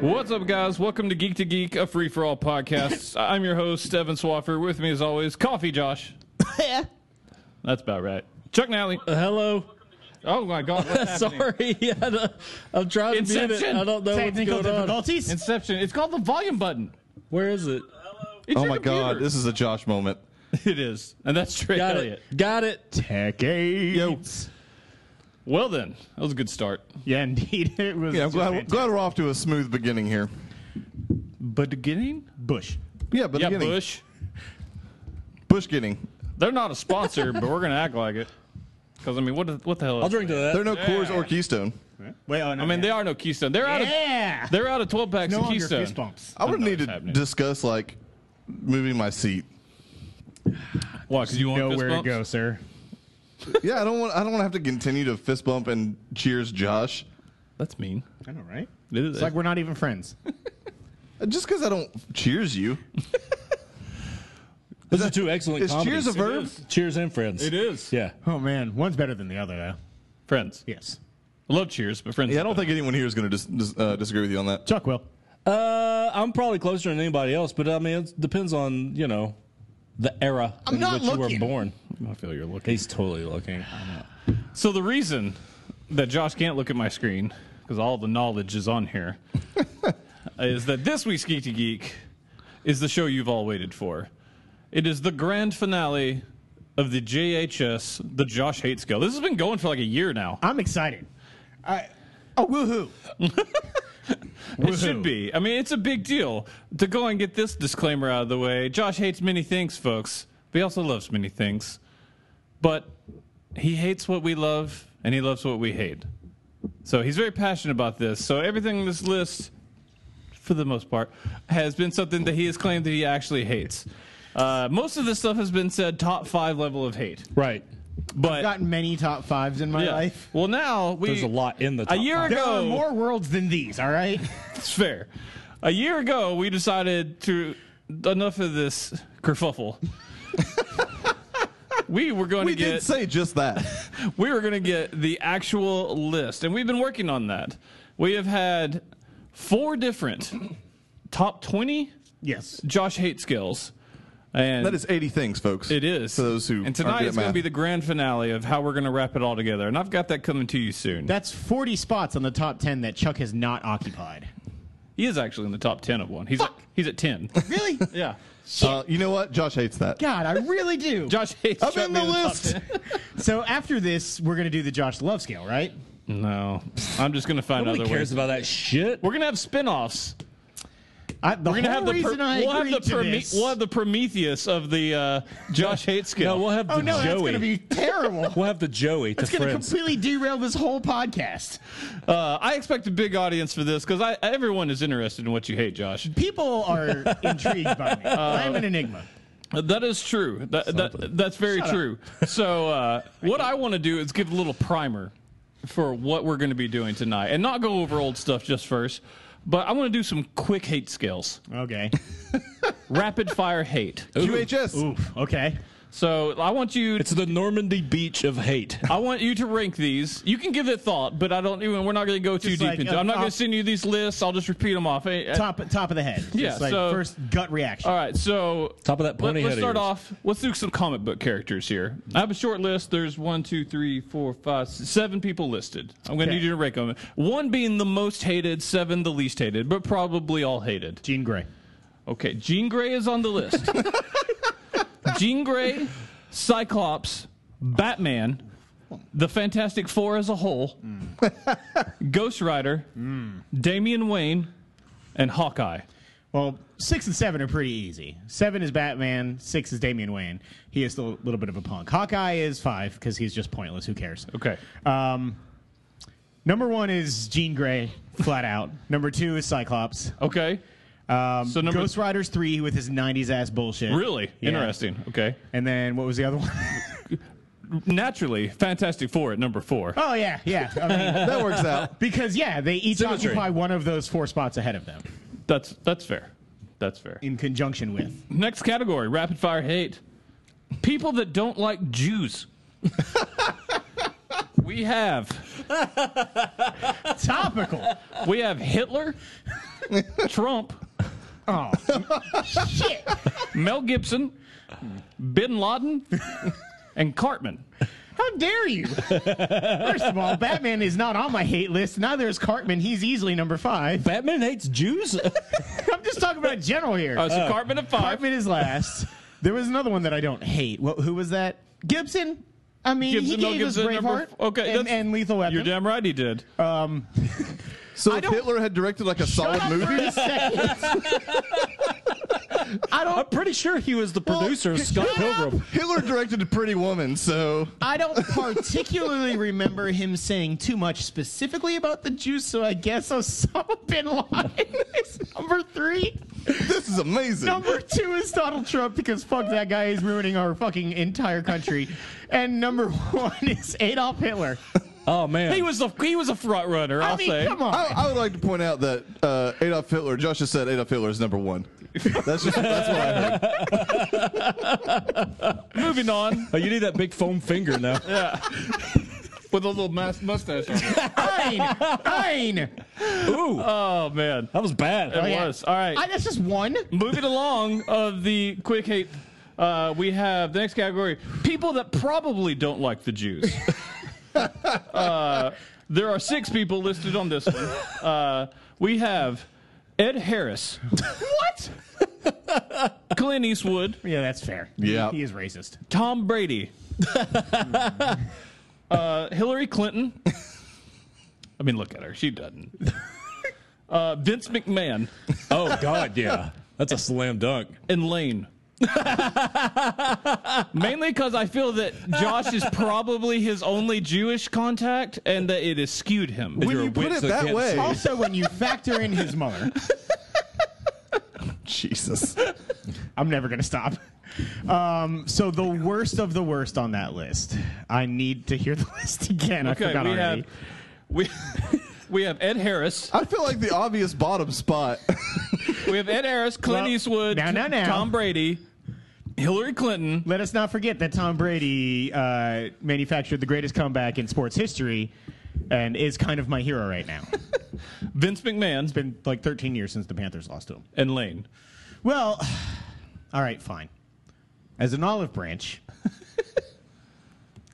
What's up, guys? Welcome to Geek to Geek, a free for all podcast. I'm your host, Evan Swaffer. With me, as always, Coffee Josh. That's about right. Chuck Nally. Hello. Oh my God! What's happening? Sorry, yeah, no, I'm trying to be in Inception. it. I don't know Technical what's going on. difficulties. Inception. It's called the volume button. Where is it? It's Oh your my god, computer. this is a Josh moment. it is, and that's Trey Got Elliott. it. Got it. Decades. Well, then, that was a good start. Yeah, indeed, it was. Yeah, I'm glad, just glad we're off to a smooth beginning here. But beginning? Bush. Yeah, but Yeah, beginning. Bush. Bush getting. They're not a sponsor, but we're gonna act like it. Because I mean, what the- what the hell? I'll is- drink to that. There are no Coors or Keystone. Wait, oh, no, I mean, they are no Keystone. They're out of Yeah. they're out of twelve packs no of longer Keystone. fist bumps. I would know need what's to happening. discuss like moving my seat. Why? Because you want fist Nowhere to bumps? go, sir. Yeah, I don't want. I don't want to have to continue to fist bump and cheers Josh. That's mean. I know, right? It is. It's like we're not even friends. Just because I don't cheers you. Those are two excellent Is comedies. cheers a verb? is. Cheers and friends. It is. Yeah. oh man, one's better than the other, though. Friends. Yes, I love Cheers, but friends. Yeah, I don't think anyone here is going to dis- dis- uh, disagree with you on that. Chuck will. Uh, I'm probably closer than anybody else, but I mean, it depends on you know the era I'm in not which looking. you were born. I feel you're looking. He's totally looking. So the reason that Josh can't look at my screen because all the knowledge is on here is that this week's Geek to Geek is the show you've all waited for. It is the grand finale of the JHS, the Josh Hate Scale. This has been going for like a year now. I'm excited. I oh woohoo! It should be. I mean, it's a big deal to go and get this disclaimer out of the way. Josh hates many things, folks, but he also loves many things. But he hates what we love, and he loves what we hate. So he's very passionate about this. So everything on this list, for the most part, has been something that he has claimed that he actually hates. Uh, most of this stuff has been said top five level of hate, Right. but I've gotten many top fives in my yeah. life. Well, now we There's a lot in the a top year five. ago. There are more worlds than these. All right. It's fair. A year ago, we decided to enough of this kerfuffle. we were going We to get did say just that. we were going to get the actual list, and we've been working on that. We have had four different top twenty yes. Josh hate skills, and that is 80 things, folks. it is for those who And aren't tonight good is at going to math. be the grand finale of how we're going to wrap it all together, and I've got that coming to you soon. That's 40 spots on the top 10 that Chuck has not occupied. he is actually in the top ten of one. He's Fuck. he's at ten. Really? yeah, Uh, you know what? Josh hates that. God, I really do. Josh hates. I'm Chuck in the being top list. 10. So after this, we're going to do the Josh Love scale, right? No, I'm just gonna find Nobody other cares ways. about that shit. We're gonna have spin-offs. I, the We're gonna have whole the reason Pro- I we'll have agreed the to Prome- this- we'll have the Prometheus of the uh, Josh hate skill. No, we'll have the oh no, that's Joey. going to be terrible. we'll have the Joey to It's going to friends. completely derail this whole podcast. uh, I expect a big audience for this because everyone is interested in what you hate, Josh. People are intrigued by me. Uh, I'm an enigma. That is true. That, that that's very true. So uh, what I want to do is give a little primer for what we're going to be doing tonight, and not go over old stuff just first. But I want to do some quick hate skills, Okay. rapid fire hate. QHS. Oof. Okay. So I want you it's the Normandy Beach of hate. I want you to rank these. You can give it thought, but I don't even. We're not going to go too Just deep like, into. it. uh, I'm not going uh, to send you these lists. I'll just repeat them off. Hey, uh, Top top of the head. Just Yeah, like so- first gut reaction. All right, so Top of that pony Let, us head of start yours. off. Let's do some comic book characters here. I have a short list. There's one, two, three, four, five, s- seven people listed. I'm going to Okay. need you to rank them. One being the most hated, seven the least hated, but probably all hated. Gene Gray. Okay, Jean Grey is on the list. Jean Grey, Cyclops, Batman, the Fantastic Four as a whole, Mm. Ghost Rider, Damian Wayne, and Hawkeye. Well, six and seven are pretty easy. Seven is Batman. Six is Damian Wayne. He is still a little bit of a punk. Hawkeye is five because he's just pointless. Who cares? Okay. Um, number one is Jean Grey, flat out. Number two is Cyclops. Okay. Um, So number- Ghost Rider's three with his '90s ass bullshit. Really Yeah. interesting. Okay. And then what was the other one? Naturally, Fantastic Four at number four. oh yeah, yeah. I mean, That works out. because yeah, they each Symmetry. occupy one of those four spots ahead of them That's that's fair. That's fair. in conjunction with. Next category: rapid fire hate. People that don't like Jews. we have Topical. We have Hitler, Trump, Oh, shit. Mel Gibson, Bin Laden, and Cartman. How dare you? First of all, Batman is not on my hate list. Neither is Cartman. He's easily number five. Batman hates Jews. I'm just talking about general here. Uh, so Cartman at five. Cartman is last. There was another one that I don't hate. What, who was that? Gibson. I mean, he Gibson, Mel gave us Gibson, number Braveheart f- okay, and, that's- and Lethal Weapon. You're damn right he did. Uh, So I if don't- Hitler had directed like a solid up movie, for a second. I I'm don't. pretty sure he was the producer of Scott shut up. Pilgrim. Hitler directed Pretty Woman. So I don't particularly remember him saying too much specifically about the Jews, so I guess Osama bin Laden is number three. this is amazing. Number two is Donald Trump because fuck that guy is ruining our fucking entire country. And number one is Adolf Hitler. Oh man, He was a he was a front runner. I'll I mean, say. come on. I, I would like to point out that uh, Adolf Hitler. Josh just said Adolf Hitler is number one. That's just that's what I heard. Moving on Oh, you need that big foam finger now. with a little mas- mustache on. it. Ein! Ein! Ooh, Oh man, that was bad. it Oh, yeah. was all right. I, that's just one. Moving along of the quick hate, uh, we have the next category: people that probably don't like the Jews. uh, there are six people listed on this one. Uh, we have Ed Harris, What? Clint Eastwood, Yeah, that's fair. Yeah. He is racist. Tom Brady, uh, Hillary Clinton. I mean, look at her; she doesn't. Uh, Vince McMahon Oh god, yeah, that's a slam dunk. and Lane. Mainly because I feel that Josh is probably his only Jewish contact, and that it has skewed him. You're a you put wimp, it so that can't way- see. Also, when you factor in his mother, Jesus. I'm never going to stop. Um, so, the worst of the worst on that list. I need to hear the list again. I Okay, forgot we already. have we we have Ed Harris, I feel like the obvious bottom spot. we have Ed Harris, Clint Well, Eastwood, now, now, now. Tom Brady, Hillary Clinton. Let us not forget that Tom Brady uh, manufactured the greatest comeback in sports history and is kind of my hero right now. it's Vince McMahon been like 13 years since the Panthers lost to him. and Lane. Well, all right, fine. As an olive branch,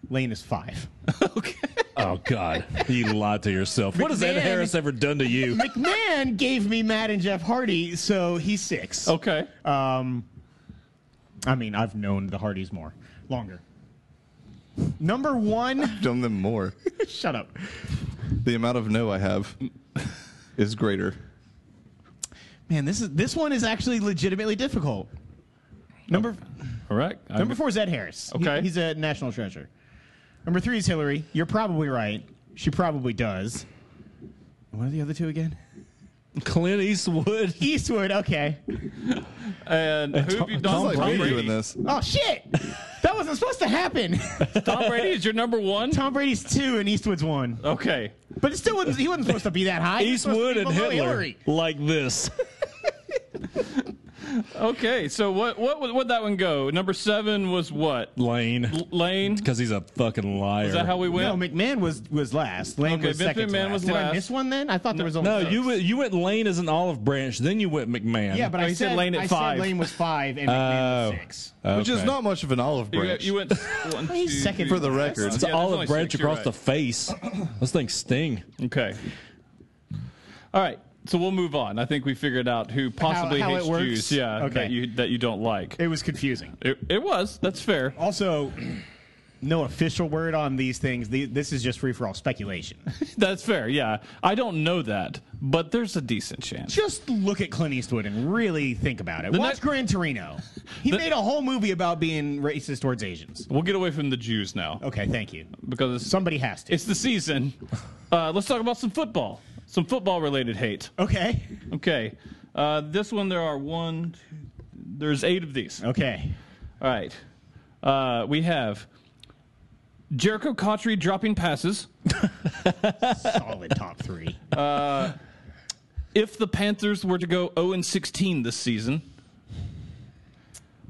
Lane is five. Oh god, you lied to yourself. What has Ed McMahon- Harris ever done to you? McMahon gave me Matt and Jeff Hardy, so he's six. Okay, Um, I mean, I've known the Hardys more, longer. Number one, Done them more. shut up. The amount of no I have is greater. Man, this is this one is actually legitimately difficult. Number all right. Oh, I'm- number four is Ed Harris. He- Okay. he's a national treasure. Number three is Hillary. You're probably right. She probably does. What are the other two again? Clint Eastwood. Eastwood. Okay. And who have you done? It's like Tom me doing Brady. this. Oh shit! That wasn't supposed to happen. Tom Brady is your number one. Tom Brady's two and Eastwood's one, Okay, but it still wasn't. He wasn't supposed to be that high. He was supposed to Eastwood be and below Hitler like this. okay. So what what would that one go? Number seven was what? Lane, L- Lane. because he's a fucking liar. Is that how we went? No, McMahon was was last. Lane Okay, was Vince second. to McMahon last. was Did I last. miss one then? I thought there was only no, six. you went, you went Lane as an olive branch, then you went McMahon. Yeah, but Oh, I he said said Lane at I five. Oh. Uh, Said Lane was five and McMahon was six. Which is Okay. not much of an olive You, branch. went- you went one, two, second. for the record. It's an Yeah, there's only olive branch six, you're across right. the face. Those things sting. Okay. All right. So we'll move on. I think we figured out who possibly how it hates works? Jews. Yeah. Okay. That you that you don't like. It was confusing. It, it was. That's fair. Also, no official word on these things. The- This is just free for all speculation. That's fair. Yeah. I don't know that, but there's a decent chance. just look at Clint Eastwood and really think about it. Watch next- Gran Torino. He made a whole movie about being racist towards Asians. We'll get away from the Jews now Okay, thank you. because it's, Somebody has to. it's the season. Uh, let's talk about some football. Some football related hate. okay. Okay. Uh, this one there are one. Two, there's eight of these. Okay. All right. Uh, we have Jericho Cotry dropping passes. Solid top three. if the Panthers were to go 0 and 16 this season,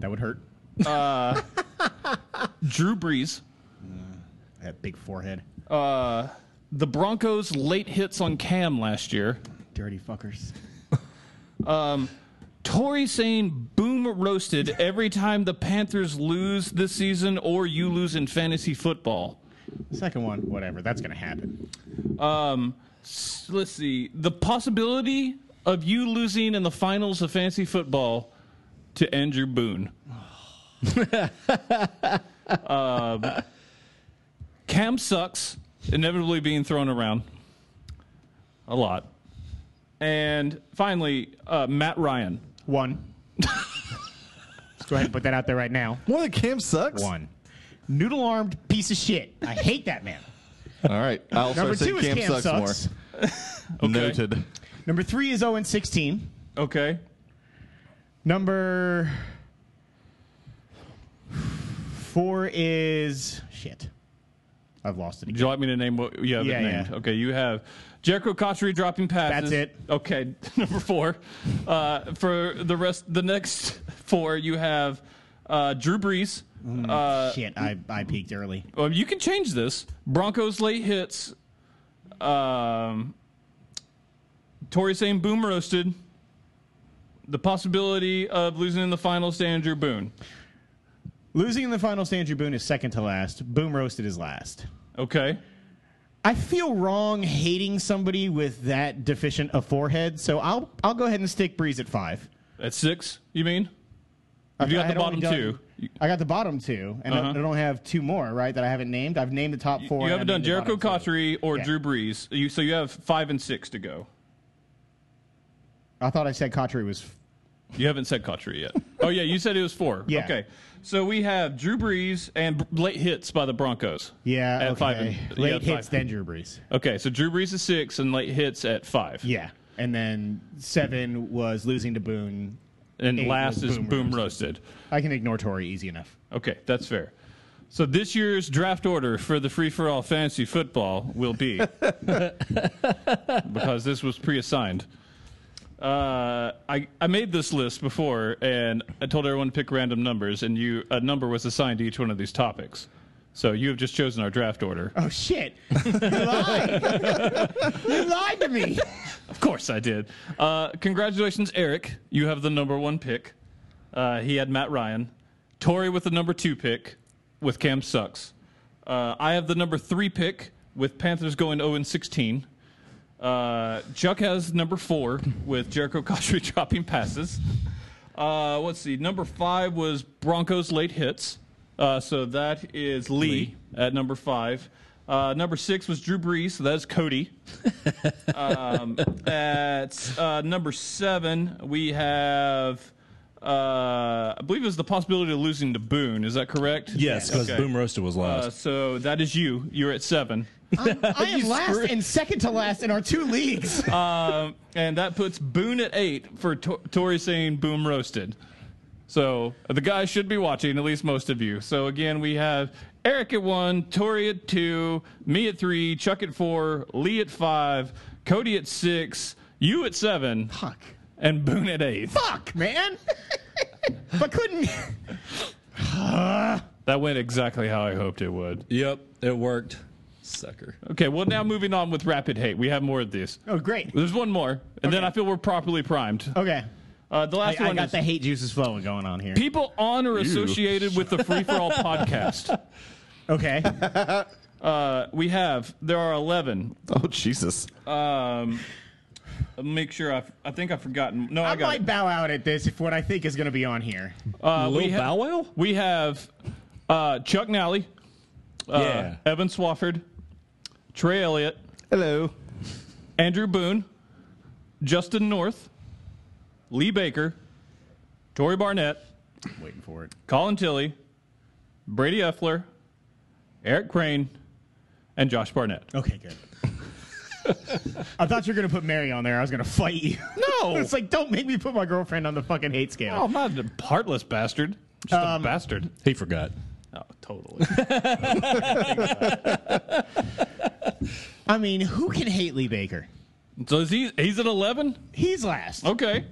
That would hurt. Drew Brees, That big forehead. the Broncos' late hits on Cam last year, Dirty fuckers. Um, Tori saying boom roasted every time the Panthers lose this season or you lose in fantasy football. Second one, whatever. That's going to happen. Um, s- let's see. The possibility of you losing in the finals of fantasy football to Andrew Boone. um, Um, Cam sucks, inevitably being thrown around a lot. And finally, uh, Matt Ryan. One. Let's go ahead and put that out there right now. More than Cam sucks. One. Noodle armed piece of shit. I hate that man. All right. I'll Number start two saying is Cam Cam, sucks, sucks. more. Noted. Number three is 0 and 16. Okay. Number four is shit. I've lost it. Do again. you like me to name what you have Yeah, it named? yeah. Okay, you have Jericho Cotchery dropping passes. That's it. Okay, number four. Uh, for the rest, the next four, you have uh, Drew Brees. Uh, Shit, I, I peaked early. well, you can change this. Broncos late hits. Um, Tori saying boom roasted. The possibility of losing in the finals to Andrew Boone. Losing in the final to Andrew Boone is second to last. Boom roasted is last. Okay. I feel wrong hating somebody with that deficient a forehead, so I'll I'll go ahead and stick Breeze at five. At six, you mean? If you I got the had only bottom done- two. Uh-huh. I got the bottom two, and I- I don't have two more right that I haven't named. I've named the top four. You and haven't I done named the Jericho bottom two. Cottery or Yeah. Drew Brees. You, so you have five and six to go. I thought I said Cottery was. f- You haven't said Cottery yet. oh, yeah, you said it was four. Yeah. Okay. So we have Drew Brees and b- late hits by the Broncos. Yeah, At okay. five and- late yeah, at hits, five. then Drew Brees. Okay, so Drew Brees is six and late hits at five. Yeah, and then seven was losing to Boone. And Eight last was is boom boom roasted. I can ignore Tory easy enough. Okay, that's fair. So this year's draft order for the free for all fantasy football will be because this was pre-assigned. Uh, I I made this list before, and I told everyone to pick random numbers, and you a number was assigned to each one of these topics. So you have just chosen our draft order. Oh shit! You lied. you lied to me. Of course, I did. Uh, congratulations, Eric. You have the number one pick. Uh, he had Matt Ryan. Tori with the number two pick with Cam Sucks. Uh, I have the number three pick with Panthers going 0 and 16. Uh, Chuck has number four with Jericho Cotchery dropping passes. Uh, let's see. Number five was Broncos late hits. Uh, so that is Lee, at number five. Uh, number six was Drew Brees. So that's Cody. Um, at uh, number seven, we have. Uh, I believe it was the possibility of losing to Boone. Is that correct? Yes, because Okay. Boom Roasted was Uh, last. so that is you. You're at seven. I am last screwed- and second to last in our two leagues. Um, and that puts Boone at eight for Tor- Tori saying Boom roasted. So the guys should be watching, at least most of you. So again, we have Eric at one, Tori at two, me at three, Chuck at four, Lee at five, Cody at six, you at seven, Fuck. and Boone at eight. Fuck, man. if I couldn't. That went exactly how I hoped it would. yep, it worked. Sucker. Okay, well now moving on with rapid hate. We have more of these. Oh, great. There's one more, and then Okay. I feel we're properly primed. Okay. Uh, the I, last I one got is the hate juices flowing going on here. people on or associated with the Free for All podcast. Okay. Uh, we have there are eleven. Oh Jesus. Um, I'll make sure I I think I've forgotten. No, I, I got might it. bow out at this if what I think is going to be on here. Uh, Lil we, ha- Bow Wow? we have uh, Chuck Nally, uh, Yeah. Evan Swafford, Trey Elliott, Hello. Andrew Boone, Justin North, Lee Baker, Tory Barnett, waiting for it. Colin Tilley, Brady Effler, Eric Crane, and Josh Barnett. Okay, good. I thought you were going to put Mary on there. I was going to fight you. No. it's like, don't make me put my girlfriend on the fucking hate scale. Oh, I'm not a heartless bastard. Just Um, a bastard. He forgot. Oh, totally. I mean, who can hate Lee Baker? so is he? He's at eleven. He's last. Okay.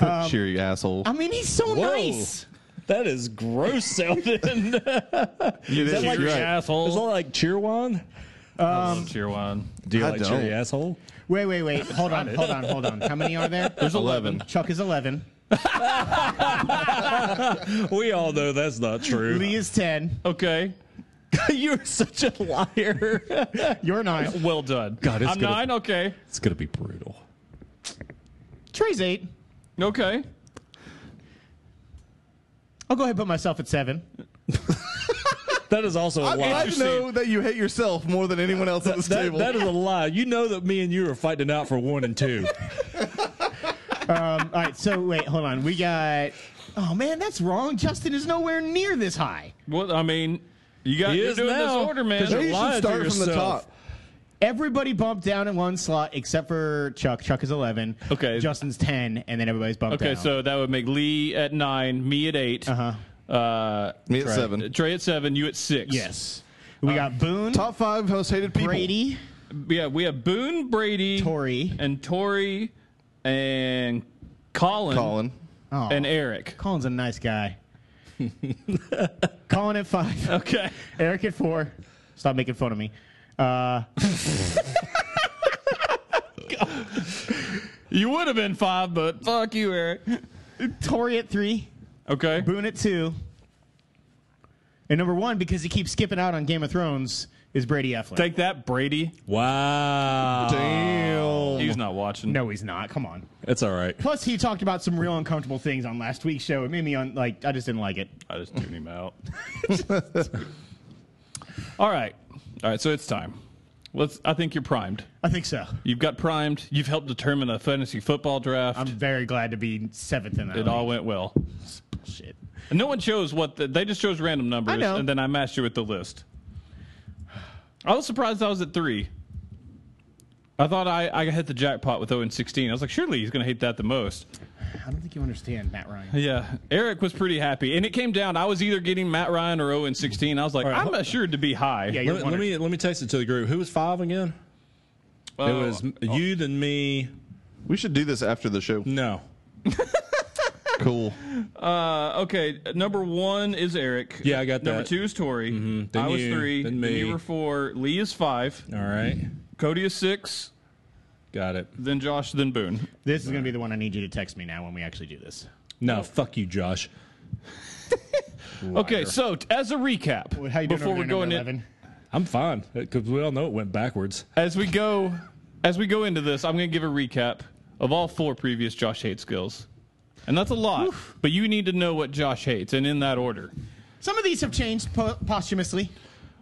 um, Cheer you asshole. I mean, he's so nice. That is gross sounding. is It is, that like you're Cheery right. asshole. that like Cheerwan? I love Tier 1. Do you I like cherry don't. asshole? Wait, wait, wait. Hold on, hold on, hold on. How many are there? There's 11. Chuck is 11. We all know that's not true. Lee is 10. Okay. You're such a liar. You're 9. Well done. God, it's I'm gonna- 9? Okay. it's gonna be brutal. Trey's 8. Okay. I'll go ahead and put myself at 7. That is also a I'm lie. glad to know that you hate yourself more than anyone else at this That- table. that is a lie. You know that me and you are fighting out for one and two. Um, all right, so wait, hold on. We got. Oh, man, that's wrong. Justin is nowhere near this high. Well, I mean, you got He you're is doing now, this order, man. 'cause you're Maybe you lying to should start from the yourself. top. Everybody bumped down in one slot except for Chuck. Chuck is 11. Okay. Justin's 10, and then everybody's bumped Okay, down. so that would make Lee at 9, me at 8. Uh-huh. Me at seven. Trey at 7, you at 6. Yes. We Uh, got Boone, Top five most hated people. Brady, Yeah, we have Boone, Brady, Tori. and Tori, and Colin, Colin. Oh, and Eric. Colin's a nice guy. Colin at 5. Okay. Eric at four. Stop making fun of me. Uh, You would have been 5, but fuck you, Eric. Tori at three. Okay. Boone at two. And number one, because he keeps skipping out on Game of Thrones, is Brady Effler. Take that, Brady. Uh, Wow. Damn. He's not watching. no, he's not. Come on. It's all right. Plus, he talked about some real uncomfortable things on last week's show. It made me un- like I just didn't like it. I just tune him out. All right. All right, so it's time. Let's I think you're primed. I think so. You've got primed. You've helped determine a fantasy football draft. I'm very glad to be seventh in that. it all went well. shit. And no one chose what the, they just chose random numbers, I know. and then I matched you with the list. I was surprised I was at three. I thought I, I hit the jackpot with 0 and 16. I was like, surely he's going to hate that the most. I don't think you understand, Matt Ryan. Yeah, Eric was pretty happy, and it came down. I was either getting Matt Ryan or 0 and 16. I was like, right, I'm hold- assured to be high. Yeah, you're Let, let me let me text it to the group. Who was five again? Oh, It was you, then me. We should do this after the show. No. Cool. Uh, okay, number one is Eric. Yeah, I got Number that. Mm-hmm. two is Tori. Then I was you, three. then Then you me. were four. Lee is five. All right. Cody is six. Got it. Then Josh. Then Boone. This is gonna be the one I need you to text me now when we actually do this. No, fuck you, Josh. Okay, so t- as a recap, How you doing before over we there, go number into eleven? I'm fine because we all know it went backwards. as we go as we go into this, I'm going to give a recap of all four previous Josh hate skills, and that's a lot. But you need to know what Josh hates, and in that order. Some of these have changed po- posthumously.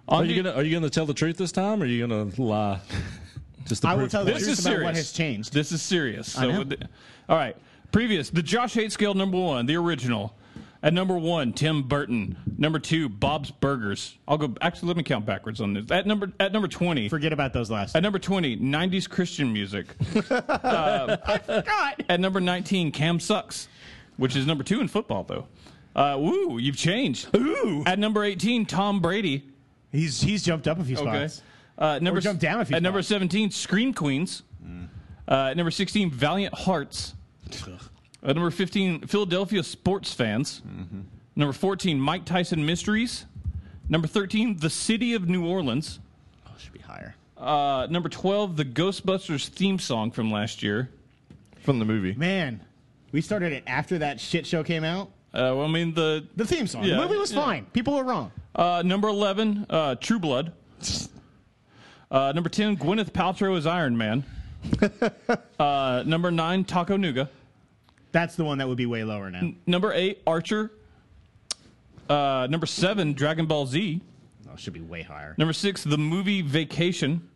Are the- you gonna Are you gonna tell the truth this time, or are you gonna lie? Just to I will prove- tell the This truth is about serious. what has changed. This is serious. So know. with the- all right. Previous, the Josh Hate Scale number one, the original. At number one, Tim Burton. Number two, Bob's Burgers. I'll go. Actually, let me count backwards on this. At number at number twenty. Forget about those last. at number 20, 90s Christian music. Um, God. At number 19, Cam Sucks, which is number two in football, though. Uh, woo, you've changed. Ooh. At number 18, Tom Brady. He's he's jumped up a few Okay. spots. Uh, number jump down a few At number spots. 17, Scream Queens. Mm. Uh, at number 16, Valiant Hearts. At number 15, Philadelphia Sports Fans. Mm-hmm. Number 14, Mike Tyson Mysteries. Number 13, The City of New Orleans. Oh, should be higher. Uh, number 12, the Ghostbusters theme song from last year. From the movie. Man, we started it after that shit show came out. Uh, well, I mean, the The theme song. Yeah. the movie was Yeah. fine. People were wrong. Uh, number 11, uh, True Blood. Uh, number 10, Gwyneth Paltrow is Iron Man. uh, number 9, Taco Nuga. That's the one that would be way lower now. Number 8, Archer. Uh, number 7, Dragon Ball Z. Oh, it should be way higher. Number 6, the movie Vacation.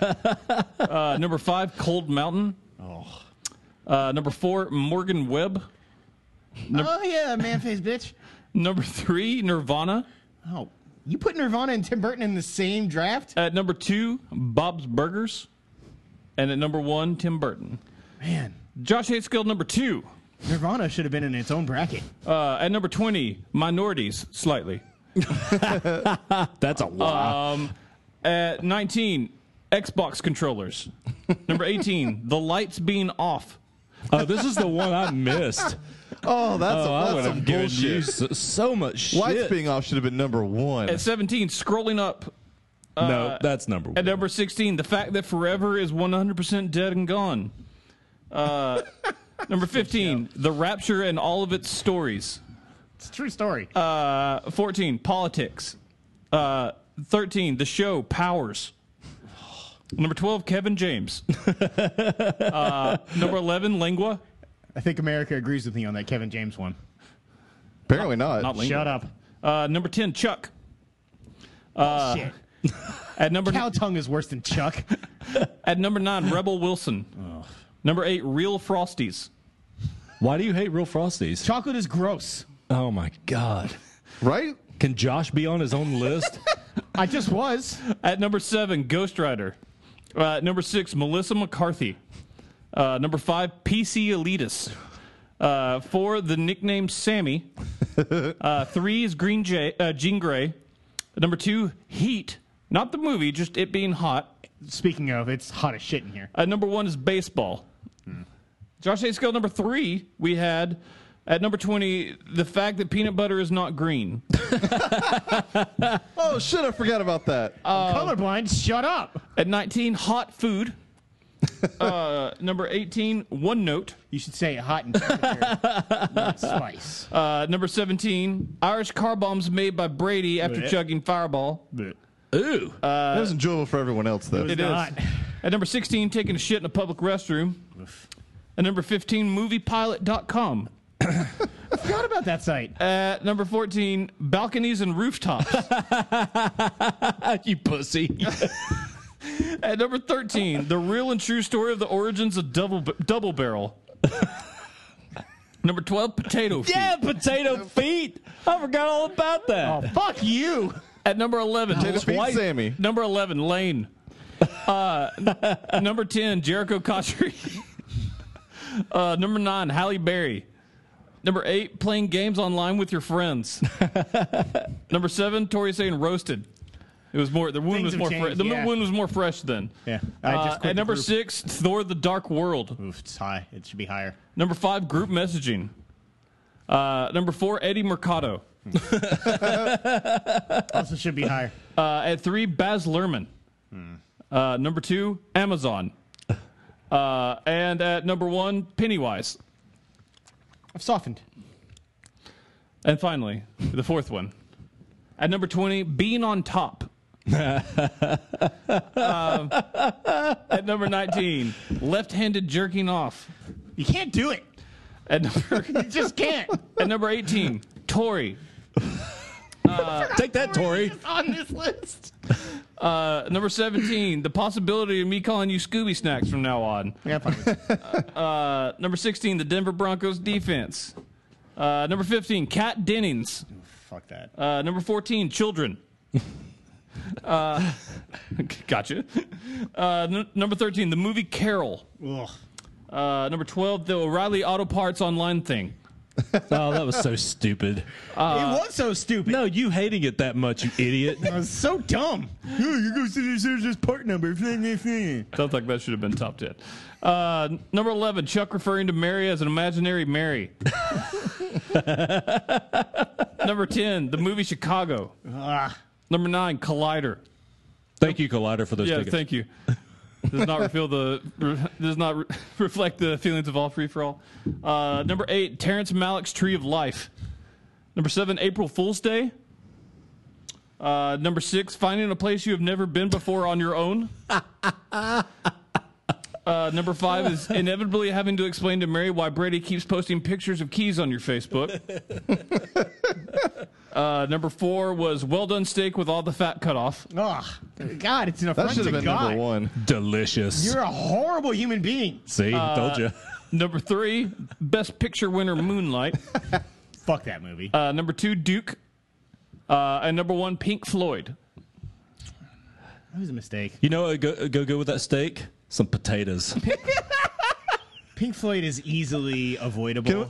uh, number 5, Cold Mountain. Oh. Uh, number 4, Morgan Webb. oh yeah, man face bitch. Number 3, Nirvana. Oh, you put Nirvana and Tim Burton in the same draft? At number 2, Bob's Burgers. And at number 1, Tim Burton. Man, Josh Hates Guild number 2. Nirvana should have been in its own bracket. Uh, at number 20, minorities, slightly. That's a Uh, lie. At 19, Uh, Xbox controllers. number 18, the lights being off. oh, this is the one I missed. Oh, that's, Oh, I a, would that's some have given you bullshit. so, so much shit. Lights being off should have been number one. At 17, scrolling up. no, Uh, that's number At one. number 16, the fact that forever is 100% dead and gone. Uh, number 15, the rapture and all of its stories. It's a true story. Uh, 14, politics. Uh, 13, the show, powers. Number 12, Kevin James. uh, number 11, lingua. I think America agrees with me on that Kevin James one. Apparently not. Not lingua. Shut up. Uh, number 10, Chuck. Uh, Shit. At number, Cow tongue is worse than Chuck. at number 9, Rebel Wilson. Number 8, Real Frosties. Why do you hate real frosties? Chocolate is gross. Oh my god! Right? Can Josh be on his own list? I just was. At number seven, Ghost Rider. Uh, at number six, Melissa McCarthy. Uh, number five, PC Elitis. Uh, four, the nickname Sammy. Uh, three is Green Jay, uh, Jean Grey. Number two, Heat. Not the movie, just it being hot. Speaking of, it's hot as shit in here. At number one is baseball. Josh A. Scale number three, we had at number 20, the fact that peanut butter is not green. Oh shit! I forgot about that. Uh, Uh, Colorblind, shut up. At 19, hot food. Uh, number 18, one note. You should say hot and temperature, not spice. Uh, number 17, Irish car bombs made by Brady after chugging Fireball. Ooh, that was enjoyable for everyone else though. It is. not. At number 16, taking a shit in a public restroom. At number 15, moviepilot.com. Forgot about that site. At number 14, balconies and rooftops. you pussy! At number 13, the real and true story of the origins of double, double barrel. number 12, potato feet. yeah, potato feet. I forgot all about that. Oh, fuck you. At number 11, Potato feet, White- Sammy. Number 11, Lane. Uh, n- number 10, Jericho Cotchery. uh, number 9, Halle Berry. Number 8, playing games online with your friends. number 7, Tori saying roasted. It was more the wound Things was have more fresh. changed, The yeah. wound was more fresh then. Yeah, I just Uh, quit at the number group. 6, Thor the Dark World. Oof, it's high. It should be higher. Number 5, group messaging. Uh, number 4, Eddie Mercado. Also should be higher. Uh, at three, Baz Luhrmann. Uh, number two, Amazon. Uh, and at number one, Pennywise. I've softened. And finally, the fourth one. At number 20, Being on Top. Um, at number 19, Left Handed Jerking Off. You can't do it. At number, You just can't. at number 18, Tori. Take that, Tori. It's on this list. Uh, number 17, The Possibility of Me Calling You Scooby Snacks from now on. Yeah, fine. Uh, number 16, the Denver Broncos defense. Uh, number 15, Cat Dennings. Fuck that. Uh, number 14, children. uh, gotcha. Uh, n- number 13, the movie Carol. Ugh. Uh, number 12, the O'Reilly Auto Parts online thing. Oh, that was so stupid. it was so stupid. No, you hating it that much, you idiot. It was so dumb. you go see this, there's this part number. Sounds like that should have been top 10. Uh, n- number 11, Chuck referring to Mary as an imaginary Mary. number 10, the movie Chicago. Ah, Number 9, Collider. Thank you, Collider, for those Yeah, tickets. thank you. Does not reveal the re- does not re- reflect the feelings of all free for all. Uh, number eight, Terrence Malick's Tree of Life. Number seven, April Fool's Day. Uh, number six, finding a place you have never been before on your own. Uh, number five is inevitably having to explain to Mary why Brady keeps posting pictures of keys on your Facebook. uh, number four was well done steak with all the fat cut off. ah. God, it's an that affront should to have been God. number one. Delicious. You're a horrible human being. See, told you. Number three, Best Picture winner Moonlight. Fuck that movie. Uh, number two, Duke. Uh, and number one, Pink Floyd. that was a mistake. You know, what go go good with that steak. Some potatoes. Pink Floyd is easily avoidable. Can we,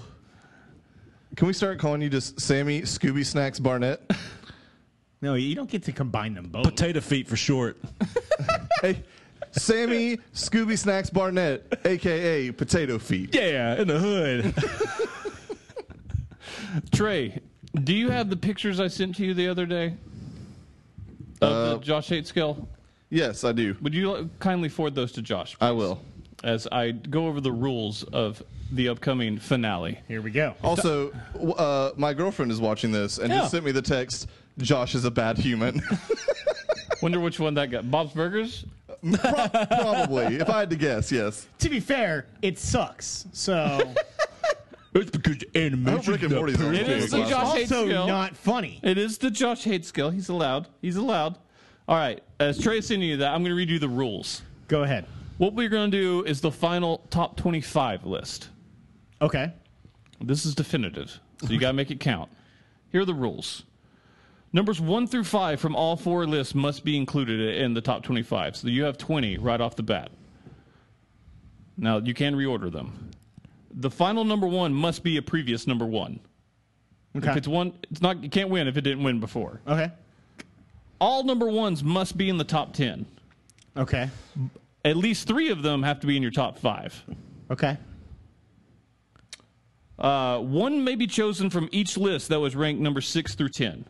can we start calling you just Sammy Scooby Snacks Barnett? no, you don't get to combine them both. Potato feet for short. hey, Sammy Scooby Snacks Barnett, aka Potato Feet. Yeah, in the hood. Trey, do you have the pictures I sent to you the other day? of the Josh Hate scale? Yes, I do. Would you kindly forward those to Josh? I will. as I go over the rules of the upcoming finale. Here we go. Also, w- uh, my girlfriend is watching this and Yeah. just sent me the text. Josh is a bad human. Wonder which one that got. Bob's Burgers? Pro- probably, if I had to guess, yes. To be fair, it sucks. So It's because I animation. hope Rick and Morty's on. It is too. the Josh Hate also Scale. not funny. It is the Josh Hate skill. He's allowed. He's allowed. All right. As Trey is sending you that, I'm going to read you the rules. Go ahead. What we're going to do is the final top 25 list. Okay. This is definitive. So you got to make it count. Here are the rules. Numbers one through five from all four lists must be included in the top 25. So you have 20 right off the bat. Now you can reorder them. The final number one must be a previous number one. Okay. If it's one, it's not. You can't win if it didn't win before. okay. All number ones must be in the top 10. Okay. At least three of them have to be in your top five. Okay. Uh, one may be chosen from each list that was ranked number six through 10.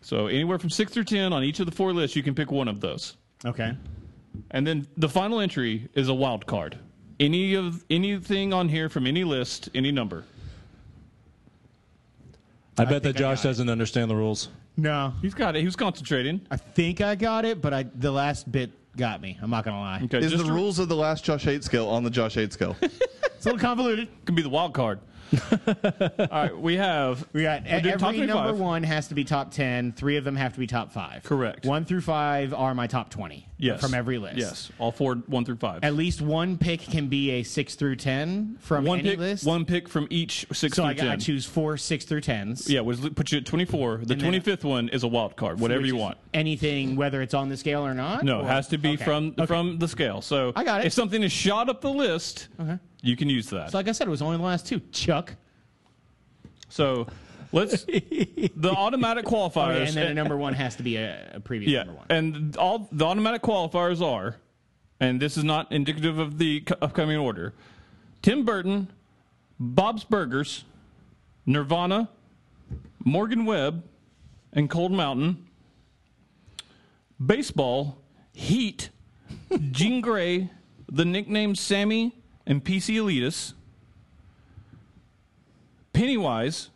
So anywhere from six through 10 on each of the four lists, you can pick one of those. Okay. And then the final entry is a wild card. Any of anything on here from any list, any number. I bet that I got Josh doesn't understand the rules. No. He's got it. He was concentrating. I think I got it, but I the last bit got me. I'm not gonna lie. Okay, Is just the rules of the last Josh Hate scale on the Josh Hate scale? It's a little convoluted. can be the wild card. All right, we have We got We're every doing top number 25. one has to be top ten. Three of them have to be top five. Correct. One through five are my top twenty. yes From every list. Yes, all four, one through five. At least one pick can be a six through ten from one any pick, list. one pick from each six so through I, got, ten. I choose four six through tens. Yeah, was put you at twenty four. The And then- twenty fifth one is a wild card. Whatever which you is want. Anything, whether it's on the scale or not. No, or- it has to be Okay. from from the scale. So I got it. If something is shot up the list, you can use that. So like I said, it was only the last two. Chuck. So let's the automatic Oh, qualifiers. yeah, and then a number one has to be a, a previous yeah, number one. and all the automatic qualifiers are, and this is not indicative of the c- upcoming order. Tim Burton, Bob's Burgers, Nirvana, Morgan Webb, and Cold Mountain. Baseball, Heat, Gene Gray, the nickname Sammy, and PC Elitis. Pennywise,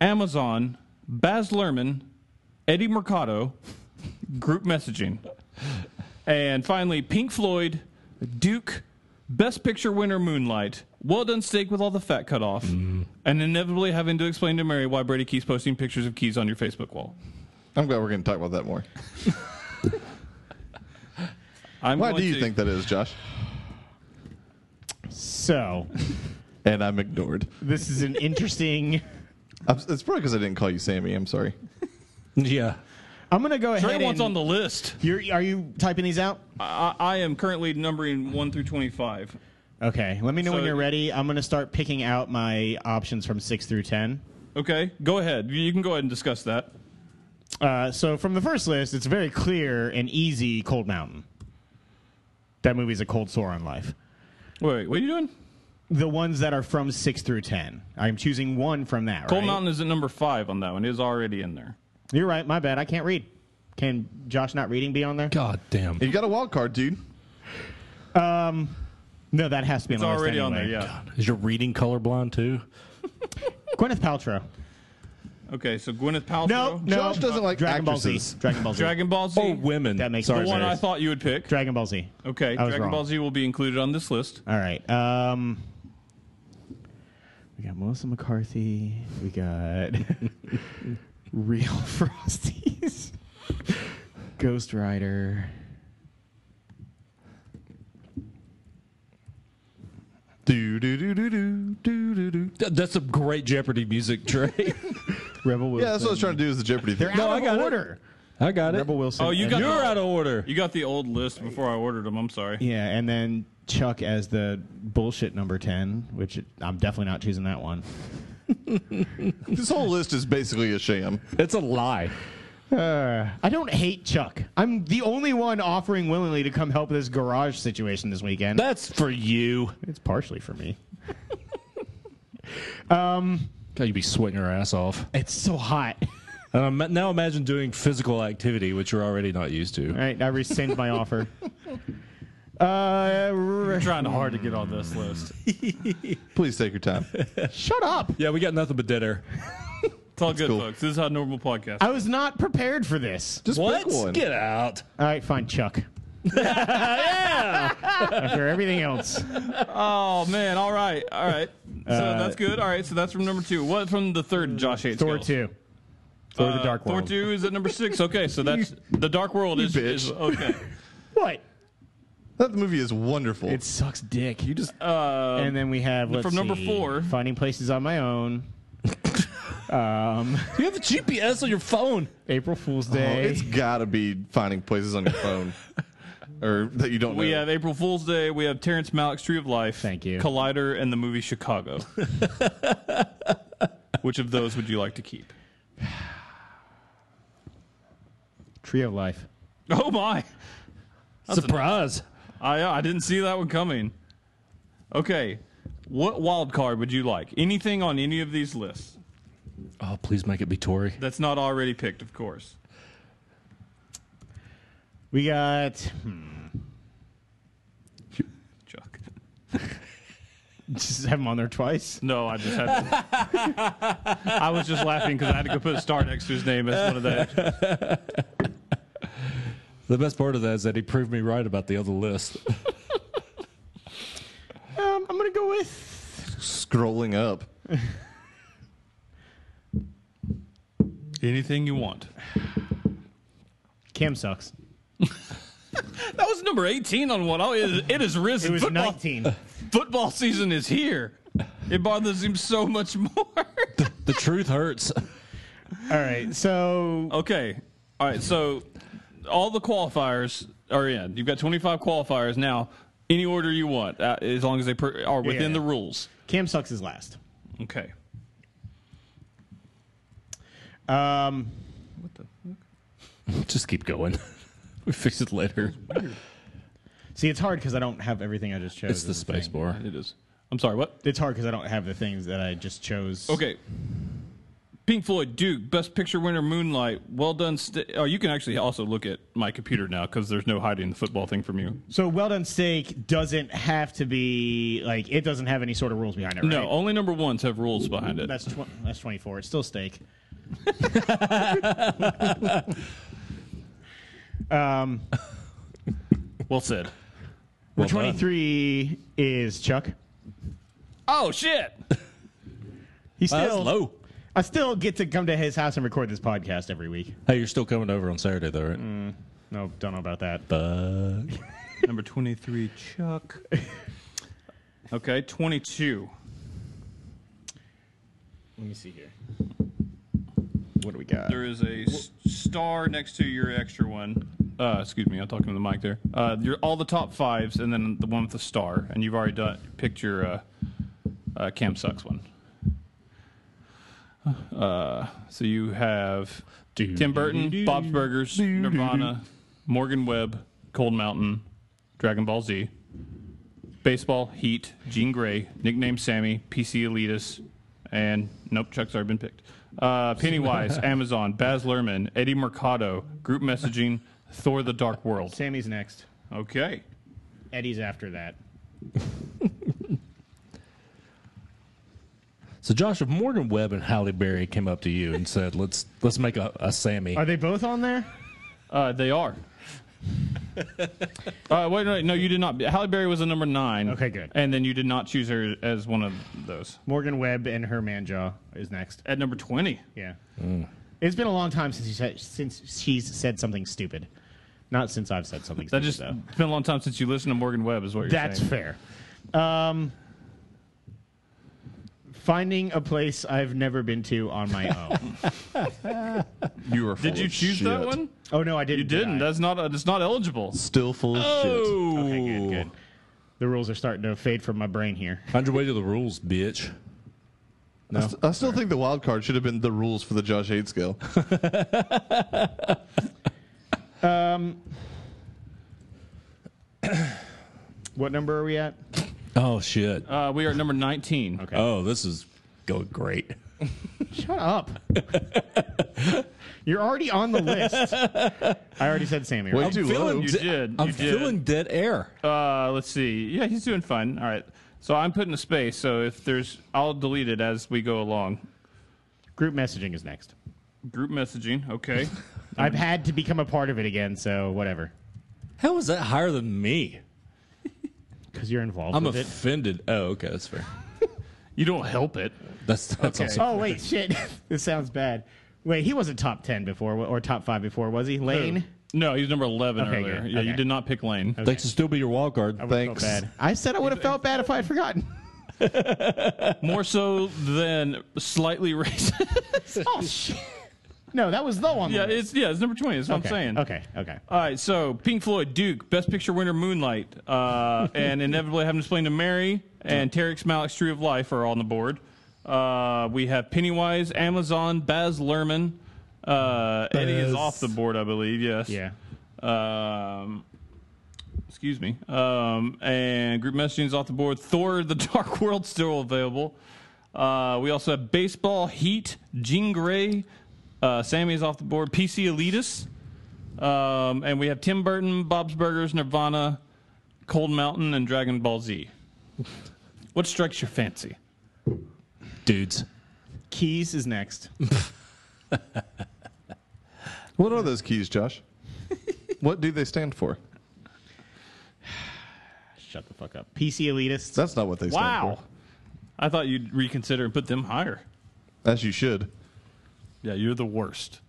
Amazon, Baz Luhrmann, Eddie Mercado, group messaging. And finally, Pink Floyd, Duke, Best Picture winner Moonlight, Well Done Steak with all the fat cut off, Mm-hmm. and inevitably having to explain to Mary why Brady keeps posting pictures of keys on your Facebook wall. I'm glad we're going to talk about that more. I'm Why going do you to- think that is, Josh? So And I'm ignored. this is an interesting. I'm, it's probably because I didn't call you Sammy. I'm sorry. Yeah. I'm gonna go ahead. Trey wants and- on the list? You're, are you typing these out? I, I am currently numbering one through twenty-five. Okay. Let me know when So- you're ready. I'm gonna start picking out my options from six through ten. Okay, go ahead. You can go ahead and discuss that. Uh, so from the first list, it's very clear and easy. Cold Mountain. That movie's a cold sore on life. Wait, what are you doing? The ones that are from six through ten. I'm choosing one from that. Cold right? Mountain is at number five on that one. It is already in there. You're right. My bad. I can't read. Can Josh not reading be on there? God damn. You got a wild card, dude. No, that has to be It's on the already list on there. anyway. Yeah. Is your reading colorblind too? Gwyneth Paltrow. Okay, so Gwyneth Paltrow. No, Josh doesn't like Dragon actresses. Ball Z. Dragon Ball Z. Dragon Ball Z. Oh, women. That makes Sorry, sense. the one Mary. I thought you would pick. Dragon Ball Z. Okay, I was Dragon wrong. Ball Z will be included on this list. All right. Um, we got Melissa McCarthy. We got Real Frosties. Ghost Rider. Do, do, do, do, do, do, do, do. Th- That's a great Jeopardy music, Trey. Rebel Wilson. Yeah, that's what I was trying to do is the Jeopardy They're thing. out I of got it. order. I got it. Rebel Wilson. Oh, you and- got- You're out of order. You got the old list before I ordered them. I'm sorry. Yeah, and then Chuck as the bullshit number 10, which it- I'm definitely not choosing that one. This whole list is basically a sham. It's a lie. Uh, I don't hate Chuck. I'm the only one offering willingly to come help this garage situation this weekend. That's for you. it's partially for me. God, you'd be sweating your ass off. It's so hot. And I'm, now imagine doing physical activity, which you're already not used to. All right, I rescind my offer. Uh, r- Trying hard to get on this list. Please take your time. shut up! Yeah, we got nothing but dead air. It's all good, cool. folks. This is how normal podcast. I was not prepared for this. Just pick one. Get out. All right, fine, Chuck. After everything else, Oh man! All right, all right. So that's good. All right, so that's from number two. What from the third? Josh hates Uh, Thor Girls? two, Thor the Uh, Dark World. Thor two is at number six. Okay, so that's the Dark World is, bitch. is okay. What? That movie is wonderful. It sucks dick. You just. Uh, and then we have let's from number see, four. finding places on my own. You have a GPS on your phone. April Fool's Oh, Day. it's gotta be finding places on your phone or that you don't know. we have April Fool's Day. We have Terrence Malick's Tree of Life. Thank you. Collider and the movie Chicago. Which of those would you like to keep? Tree of Life. Oh my! Surprise. I I didn't see that one coming. Okay, what wild card would you like? Anything on any of these lists Oh, please make it be Tori. that's not already picked, of course. We got hmm, Chuck. just have them on there twice. No, I just had. To, I was just laughing because I had to go put a star next to his name as one of the. The best part of that is that he proved me right about the other list. Um, I'm gonna go with. scrolling up. Anything you want. Cam sucks. That was number eighteen on one. Oh, it, is- it has risen. It was football, 19. football season is here. It bothers him so much more. the truth hurts. All right, so okay, all right. So all the qualifiers are in. You've got twenty-five qualifiers now. Any order you want, uh, as long as they per- are within Yeah. the rules. Cam sucks is last. Okay. Um, Just keep going. We fix it later. see, it's hard because I don't have everything I just chose. It's the as a space thing. bar. It is. I'm sorry. What? It's hard because I don't have the things that I just chose. Okay. Pink Floyd, Duke, Best Picture winner, Moonlight. Well done. St- oh, you can actually also look at my computer now because there's no hiding the football thing from you. So well done steak doesn't have to be like it doesn't have any sort of rules behind it. Right? No, only number ones have rules behind it. that's tw- that's twenty four. It's still steak. um, well said. well, twenty three is Chuck. Oh shit! He Wow, that's still low. I still get to come to his house and record this podcast every week. Hey, you're still coming over on Saturday, though, right? No, don't know about that. But number twenty-three, Chuck. Okay, twenty-two. Let me see here. What do we got? There is a s- star next to your extra one. Uh, excuse me, I'm talking to the mic there. Uh, you're all the top fives, and then the one with the star, and you've already done picked your uh, uh, Cam sucks one. Uh, so you have Tim Burton, Bob's Burgers, Nirvana, Morgan Webb, Cold Mountain, Dragon Ball Z, baseball, Heat, Gene Gray, nickname Sammy, PC Elitus, and nope, Chuck's already been picked. Uh, Pennywise, Amazon, Baz Luhrmann, Eddie Mercado, group messaging, Thor: The Dark World. Sammy's next. Okay, Eddie's after that. so, Josh, if Morgan Webb and Halle Berry came up to you and said, "Let's let's make a, a Sammy," Are they both on there? uh, they are. uh, wait, no, no, you did not. Halle Berry was a number nine. Okay, good. And then you did not choose her as one of those Morgan Webb and her man jaw is next. at number twenty. Yeah. It's been a long time since you said since she's said something stupid. Not since I've said something That stupid. just though. it's been a long time since you listened to Morgan Webb, is what you're That's saying. fair. Um Finding a place I've never been to on my own. You are. Full Did you of choose shit. that one? oh no, I didn't. You didn't. Did I? That's not. Uh, it's not eligible. Still full of shit. Oh. Okay, good, good. The rules are starting to fade from my brain here. find your way to the rules, bitch. I, st- I still think the wild card should have been the rules for the Josh Hate scale. What number are we at? Oh shit. Uh, we are at number 19. Okay. Oh, this is going great. Shut up. You're already on the list. I already said Sammy. Way Right? too low. you did, I'm you did. feeling dead air. Uh, let's see. Yeah, he's doing fine. All right. So I'm putting a space. So if there's, I'll delete it as we go along. Group messaging is next. Group messaging. Okay. I've had to become a part of it again, so whatever. How is that higher than me? Because you're involved I'm with it. offended. Oh, okay, that's fair. you don't help it. That's that's Okay. also Oh wait, shit. this sounds bad. Wait, he wasn't top ten before or top five before, was he? Lane. No, he's number 11 Okay, earlier. good. Yeah, you Okay. did not pick Lane. Thanks to still be your wild card. I would've felt Thanks. bad. I said I would have felt bad if I had forgotten. More so than slightly racist. oh shit. No, that was low on yeah, the list. it's yeah, it's number 20. That's what okay. I'm saying. Okay. Okay. All right, so Pink Floyd, Duke, Best Picture winner, Moonlight, uh, and inevitably having to explain to Mary and Tarek Malik's Tree of Life are on the board. Uh, we have Pennywise, Amazon, Baz Luhrmann. Uh, Eddie is Baz. off the board, I believe. Yes. Yeah. Um, excuse me. Um, and group messaging is off the board. Thor: The Dark World still available. Uh, we also have baseball, Heat, Jean Grey. Uh, Sammy is off the board. PC Elitus. Um, and we have Tim Burton, Bob's Burgers, Nirvana, Cold Mountain, and Dragon Ball Z. What strikes your fancy? Dudes. Keys is next. What are those keys, Josh? what do they stand for? Shut the fuck up. PC elitists. That's not what they stand Wow. for. I thought you'd reconsider and put them higher. As you should. Yeah, you're the worst.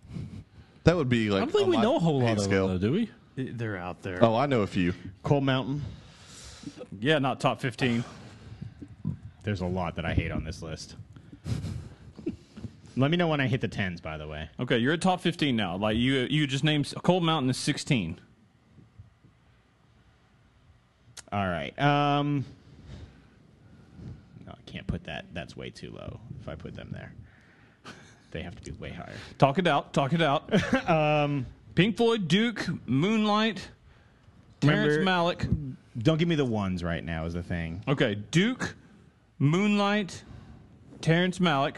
That would be like. I don't think on we my know a whole hate lot of scale. them, though, Uh, do we? They're out there. Oh, I know a few. Cold Mountain. Yeah, not top 15. There's a lot that I hate on this list. Let me know when I hit the tens, by the way. Okay, you're at top 15 now. Like you, you just named Cold Mountain is 16. All right. Um, no, I can't put that. That's way too low. If I put them there, they have to be way higher. Talk it out. Talk it out. um, Pink Floyd, Duke, Moonlight, Terrence Remember- Malick. Don't give me the ones right now. Is the thing. Okay, Duke, Moonlight, Terrence Malick.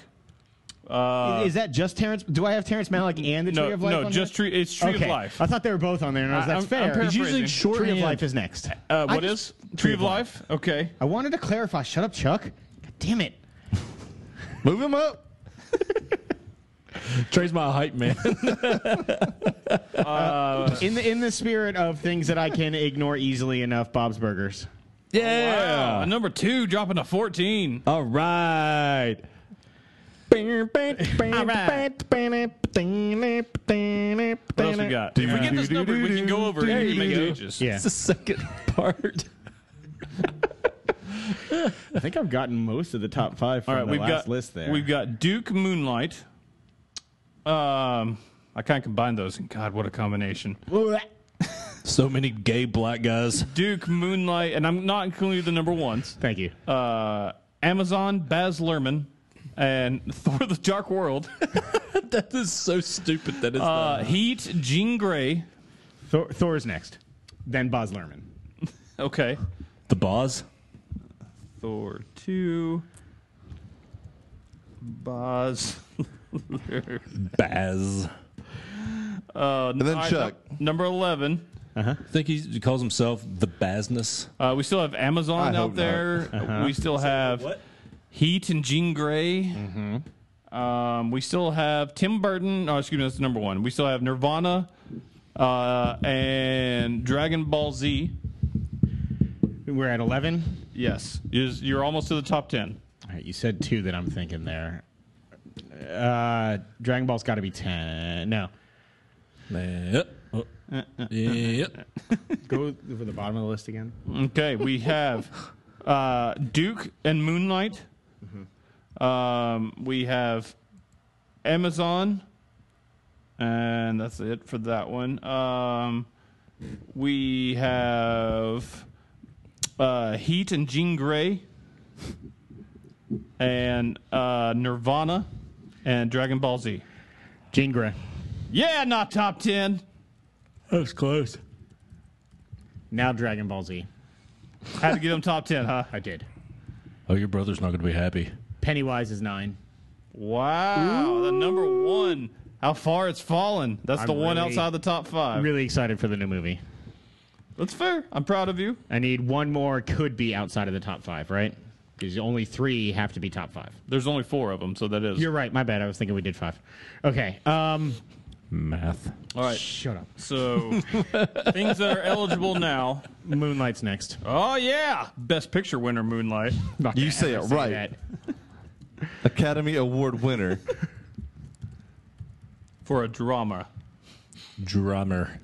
is that just Terrence? Do I have Terrence Malick and the Tree Uh, No, of Life? no, on just here? Tree. It's Tree okay. of Life. I thought they were both on there, and I was, I- that's I'm- I'm fair. paraphrasing. He's using short Tree of hand. Life is next. Uh, what I is just- Tree of Life? Okay. I wanted to clarify. Shut up, Chuck. God damn it. Move them up. Trey's my hype man. In the in the spirit of things that I can ignore easily enough, Bob's Burgers. Wow, number two dropping to 14. All right. What else we got? Yeah. If we get this number, we can go over it. and You can make Yeah. ages. Yeah, It's the second part. I think I've gotten most of the top five from All right, the we've last got list there. We've got Duke Moonlight. Um, I kind of combined those, and God, what a combination! So many gay black guys. Duke Moonlight, and I'm not including the number ones. Thank you. Uh, Amazon, Baz Luhrmann, and Thor: The Dark World. That is so stupid. That is Uh, Heat, Jean Grey. Thor, Thor's next, then Boz Lerman. Okay, the boss. Thor two. Baz. Baz. Uh, and then Chuck. number eleven. I think he's- he calls himself the Bazness. Uh, we still have Amazon I hope Uh-huh. out there. We still have Heat and Jean gray Um, we still have Tim Burton. Oh, excuse me, that's number one. We still have Nirvana uh, and Dragon Ball Z. We're at eleven. Yes, you're, you're almost to the top ten. All right, you said two that I'm thinking there. Uh, Dragon Ball's got to be ten. No, Yep. Oh. Yep. go over the bottom of the list again. Okay, we have uh, Duke and Moonlight. Um, we have Amazon, and that's it for that one. Um, we have uh, Heat and Jean Grey, and uh, Nirvana, and Dragon Ball Z. Jean Grey. Yeah, not top ten. That was close. Now Dragon Ball Z. Had to get them top ten, huh? I did. Oh, your brother's not going to be happy. Pennywise is nine. Wow, the number one How far it's fallen. That's I'm the one really- outside the top five. I'm really excited for the new movie. That's fair. I'm proud of you. I need one more could be outside of the top five, right? Because only three have to be top five. There's only four of them, so that is. You're right. My bad. I was thinking we did five. Okay. Um, Math. All right. shut up. So things that are eligible now. Moonlight's next. Oh yeah, Best Picture winner Moonlight. You say it right. Academy Award winner. for a drama. Drummer.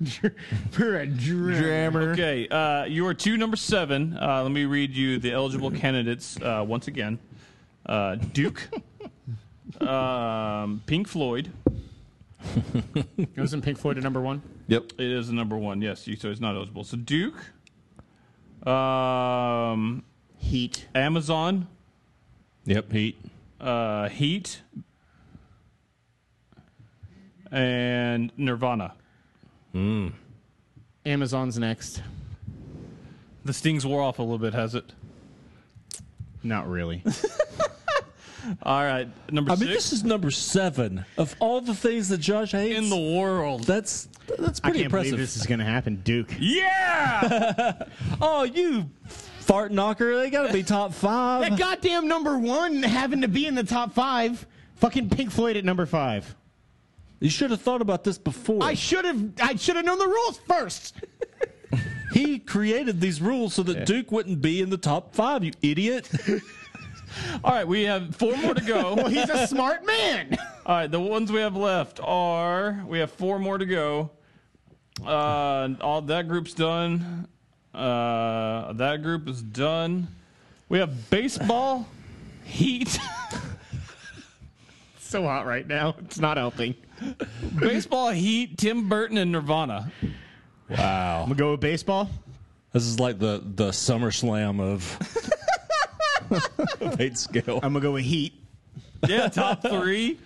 For a drummer. Okay, uh, you are two number seven. Uh, let me read you the eligible candidates uh, once again: uh, Duke, um, Pink Floyd. Wasn't Pink Floyd to number one? Yep. It is the number one. Yes, you, so it's not eligible. So Duke, um, Heat. Amazon, Yep, Heat. uh, Heat, and Nirvana. Amazon's next. The stings wore off a little bit, has it? Not really. All right, number I six mean, this is number seven of all the things that Josh hates. in the world. that's that's I pretty can't impressive. believe this is going to happen. Duke. yeah, Oh, you fart knocker! They gotta be top That five. goddamn number one having to be in the top five. Fucking Pink Floyd at number five. you should have thought about this before. I should have. I should have known the rules first. he created these rules so that Duke wouldn't be in the top five. You idiot! All right, we have four more to go. All He's a smart man. right, the ones we have left are we have four more to go. Uh, all that group's done. Uh, that group is done. We have baseball, heat, It's so hot right now. It's not helping. baseball, heat, Tim Burton, and Nirvana. Wow, I'm gonna go with baseball. this is like the the Summer Slam of. of Hate scale. I'm gonna go with Heat. Yeah, top three.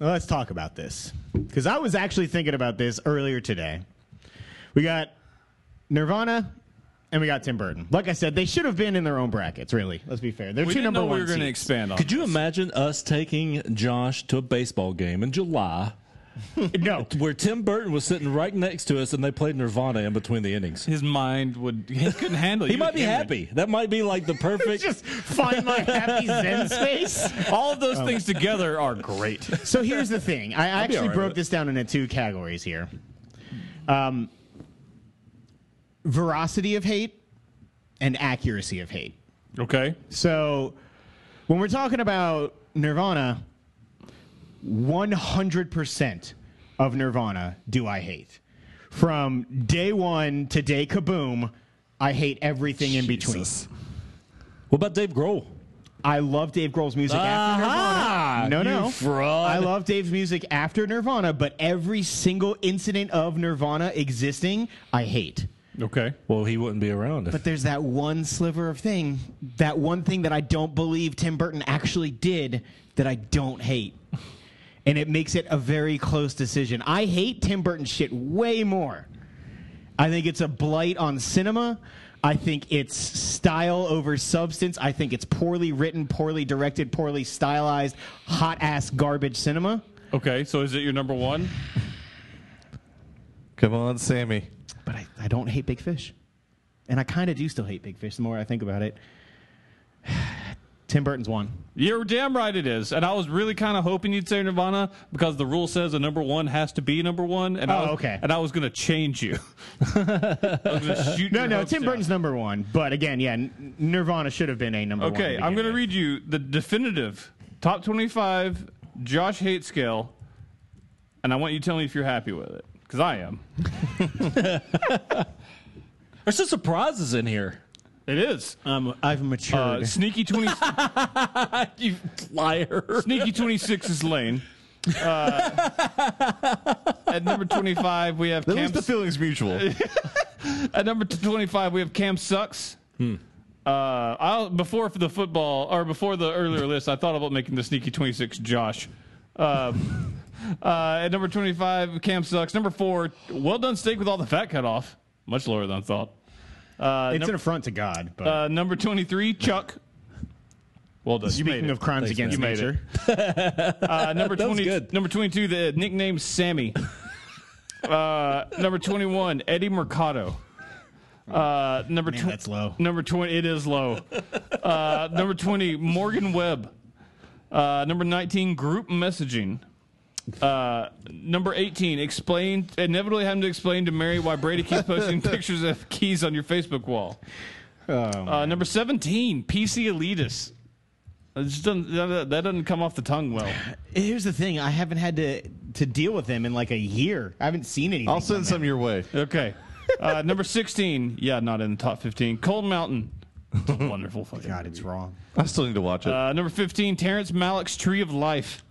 Well, let's talk about this because I was actually thinking about this earlier today. We got Nirvana and we got Tim Burton. Like I said, they should have been in their own brackets. Really, let's be fair. They're We two didn't number know one. we were going to seeds. expand on. Could you imagine us taking Josh to a baseball game in July no, where Tim Burton was sitting right next to us and they played Nirvana in between the innings? His mind would he couldn't handle. it. He might be would hemorrhage. happy. That might be like the perfect. just find my happy zen space. All of those Oh. things together are great. So here's the thing. I be all actually right broke with it. this down into two categories here. Um, veracity of hate and accuracy of hate. Okay. So when we're talking about Nirvana, 100% of Nirvana do I hate. From day one to day kaboom, I hate everything in between. what about Dave Grohl? I love Dave Grohl's music after Aha! Nirvana. No, no. You fraud. I love Dave's music after Nirvana, but every single incident of Nirvana existing, I hate. Okay. Well, he wouldn't be around. If, But there's that one sliver of thing, that one thing that I don't believe Tim Burton actually did that I don't hate. And it makes it a very close decision. I hate Tim Burton shit way more. I think it's a blight on cinema. I think it's style over substance. I think it's poorly written, poorly directed, poorly stylized, hot ass garbage cinema. Okay. So is it your number one? Come on, Sammy. But I, I don't hate Big Fish. And I kind of do still hate Big Fish the more I think about it. Tim Burton's one. You're damn right it is. And I was really kind of hoping you'd say Nirvana because the rule says a number one has to be number one. And I Oh, was, okay. And I was going to change you. I was gonna shoot No, your no, hopes Tim down. Burton's number one. But again, yeah, N- Nirvana should have been a number one. Okay, I'm going begin to with. read you the definitive top 25 Josh hate scale. And I want you to tell me if you're happy with it because I am. there's some surprises in here. It is. Um, I've matured. Uh, sneaky 20, you liar. sneaky 26 is Lane. Uh, at number 25, we have At least Cam the feeling's mutual. At number t- 25, we have Cam Sucks. Hmm. Uh, I'll, before the football, or before the earlier list, I thought about making the sneaky 26 Josh. Uh, uh, at number 25, Cam Sucks. Number four, well done steak with all the fat cut off. Much lower than I thought. Uh, it's num- an affront to God. But uh, number 23, Chuck. Well done. You made Speaking it. of crimes Thanks, against man. You made nature, Uh, number That was twenty. good. Number twenty-two. The nickname Sammy. uh, number twenty-one. Eddie Mercado. Uh, number Man, tw- that's low. Number twenty. It is low. Uh, number twenty. Morgan Webb. Uh, number nineteen. Group messaging. Uh, number 18, explain, inevitably having to explain to Mary why Brady keeps posting pictures of keys on your Facebook wall. Oh, uh, number 17, PC Elitis. It just Uh, doesn't, that, that doesn't come off the tongue well. here's the thing: I haven't had to to deal with them in like a year. I haven't seen anything. Oh I'll from send them. some your way. Okay. Uh, number 16, yeah, not in the top 15, Cold Mountain. Wonderful fucking God, it's wrong. I still need to watch it. Uh, number 15, Terrence Malick's Tree of Life.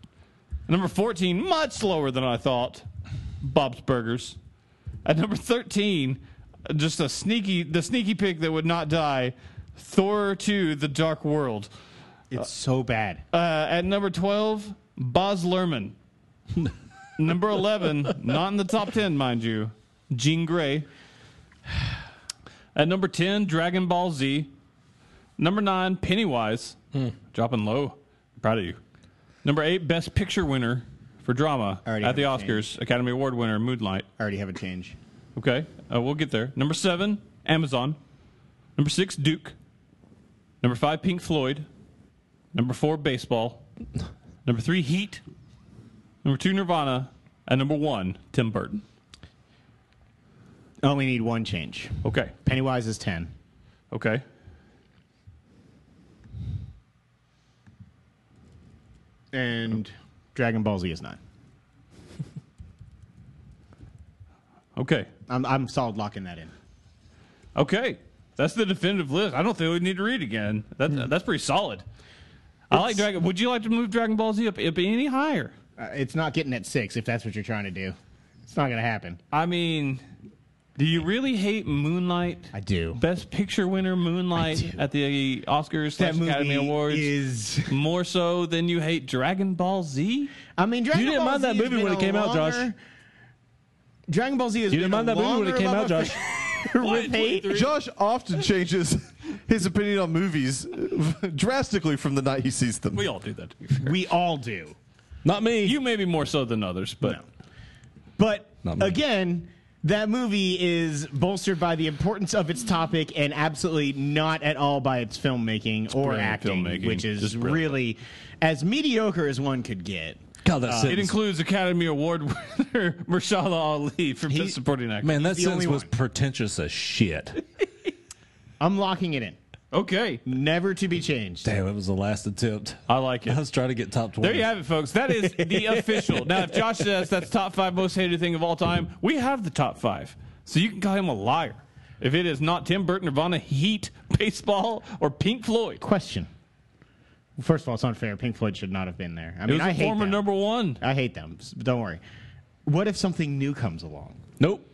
Number 14, much slower than I thought, Bob's Burgers. At number 13, uh, just a sneaky, the sneaky pick that would not die, Thor 2, The Dark World. It's so bad. Uh, at number 12, Boz Lerman. number 11, not in the top 10, mind you, Jean Grey. At number 10, Dragon Ball Z. Number 9, Pennywise. Dropping low. Proud of you. Number 8, Best Picture winner for drama Already at the haven't Oscars. Academy Award winner, Moonlight. I already have a change. Okay, uh, we'll get there. Number seven, Amazon. Number six, Duke. Number five, Pink Floyd. Number four, baseball. Number three, Heat. Number two, Nirvana. And number one, Tim Burton. I only need one change. Okay, Pennywise is ten. okay. and Dragon Ball Z is nine. Okay, I'm, I'm solid locking that in. okay. That's the definitive list. I don't think we need to read again. That, That's pretty solid. I like Dragon. Would you like to move Dragon Ball Z up, up any higher? Uh, it's not getting at six if that's what you're trying to do. It's not going to happen. I mean, do you really hate Moonlight? I do. Best Picture winner Moonlight do. at the Oscars slash That movie Academy Awards is. more so than you hate Dragon Ball Z. I mean, Dragon didn't Ball mind Z that has movie been when it a came out, Josh. longer- Dragon Ball Z has You been didn't mind a that movie when it longer came out, love Josh. affair with hate. Josh often changes his opinion on movies drastically from the night he sees them. We all do that. To be fair. We all do. Not me. You maybe more so than others, but No. But Not me. again, that movie is bolstered by the importance of its topic and absolutely not at all by its filmmaking or brilliant acting, filmmaking. which Just is brilliant. really as mediocre as one could get. God, that it sentence. includes Academy Award winner Marshala Ali for Best Supporting Actor. Man, that the sentence only was one. pretentious as shit. I'm locking it in. Okay, Never to be changed. Damn, it was the last attempt. I like I it. was trying to get top twenty. There you have it, folks. That is the official. Now, if Josh says that's top five most hated thing of all time, we have the top five. So you can call him a liar. If it is not Tim Burton, Nirvana, Heat, Baseball, or Pink Floyd. Question. First of all, it's unfair. Pink Floyd should not have been there. I It mean, was a I hate former them. number one. I hate them. s- but Don't worry. What if something new comes along? Nope.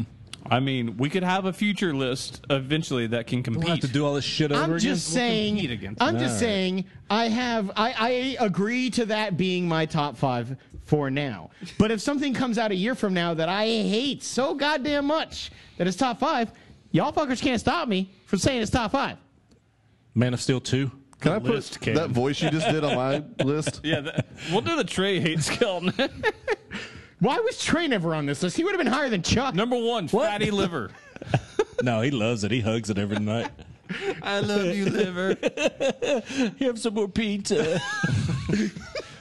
I mean, we could have a future list eventually that can compete. We'll have to do all this shit over I'm again. just We'll compete saying. against I'm just Alright. saying. I have. I, I agree to that being my top five for now. But if something comes out a year from now that I hate so goddamn much that it's top five, y'all fuckers can't stop me from saying it's top five. Man of Steel two. Can I put list, Cam. that voice you just did on my list? yeah, that, we'll do the Trey hate scale. Why was Trey never on this list? He would have been higher than Chuck. Number one, fatty liver. No, he loves it. He hugs it every night. I love you, liver. Have some more pizza.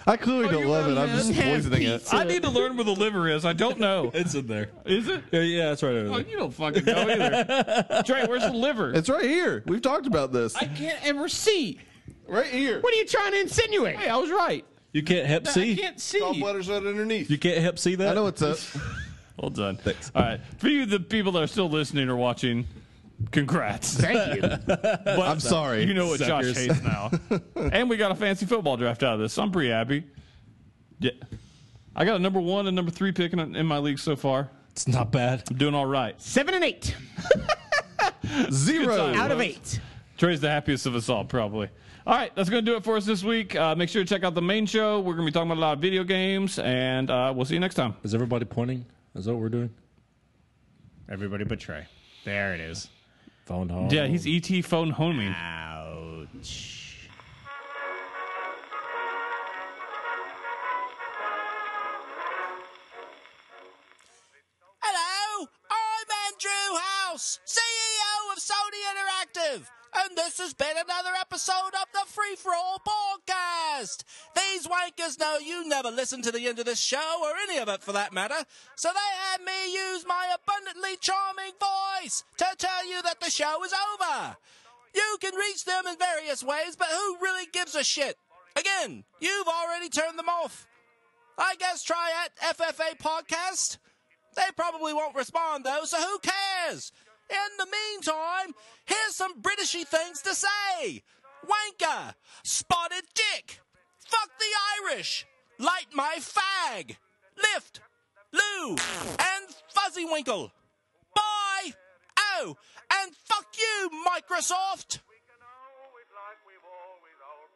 I clearly don't Oh, you love it. I'm really just have poisoning it. I need to learn where the liver is. I don't know. it's in there. Is it? Yeah, yeah, that's right over Oh, there. you don't fucking know either. Trey, where's the liver? It's right here. We've talked about this. I can't ever see. Right here. What are you trying to insinuate? Hey, I was right. You can't help I see. can't see. Gallbladder's right underneath. You can't help see that. I know it's up. Well done. All right. For you, the people that are still listening or watching, congrats. Thank you. But uh, I'm sorry. You know what Suckers. Josh hates now. and we got a fancy football draft out of this. I'm pretty happy. Yeah. I got a number one and number three pick in, in my league so far. It's not bad. I'm doing all right. Seven and eight Good Zero. time. out of eight. Trey's the happiest of us all, probably. All right, that's going to do it for us this week. Uh, make sure to check out the main show. We're going to be talking about a lot of video games, and uh, we'll see you next time. Is everybody pointing? Is that what we're doing? Everybody but Trey. There it is. Phone home. Yeah, he's ET phone homing. Ouch. Strauss, CEO E of Sony Interactive, and this has been another episode of the Free For All podcast. These wankers know you never listen to the end of this show, or any of it for that matter, so they had me use my abundantly charming voice to tell you that the show is over. You can reach them in various ways, but who really gives a shit? Again, you've already turned them off. I guess try at FFA Podcast. They probably won't respond though, so who cares? In the meantime, here's some Britishy things to say. Wanker, spotted dick, fuck the Irish, light my fag, lift, loo, and fuzzy winkle. Bye. Oh, and fuck you, Microsoft. We can always like we've always, always.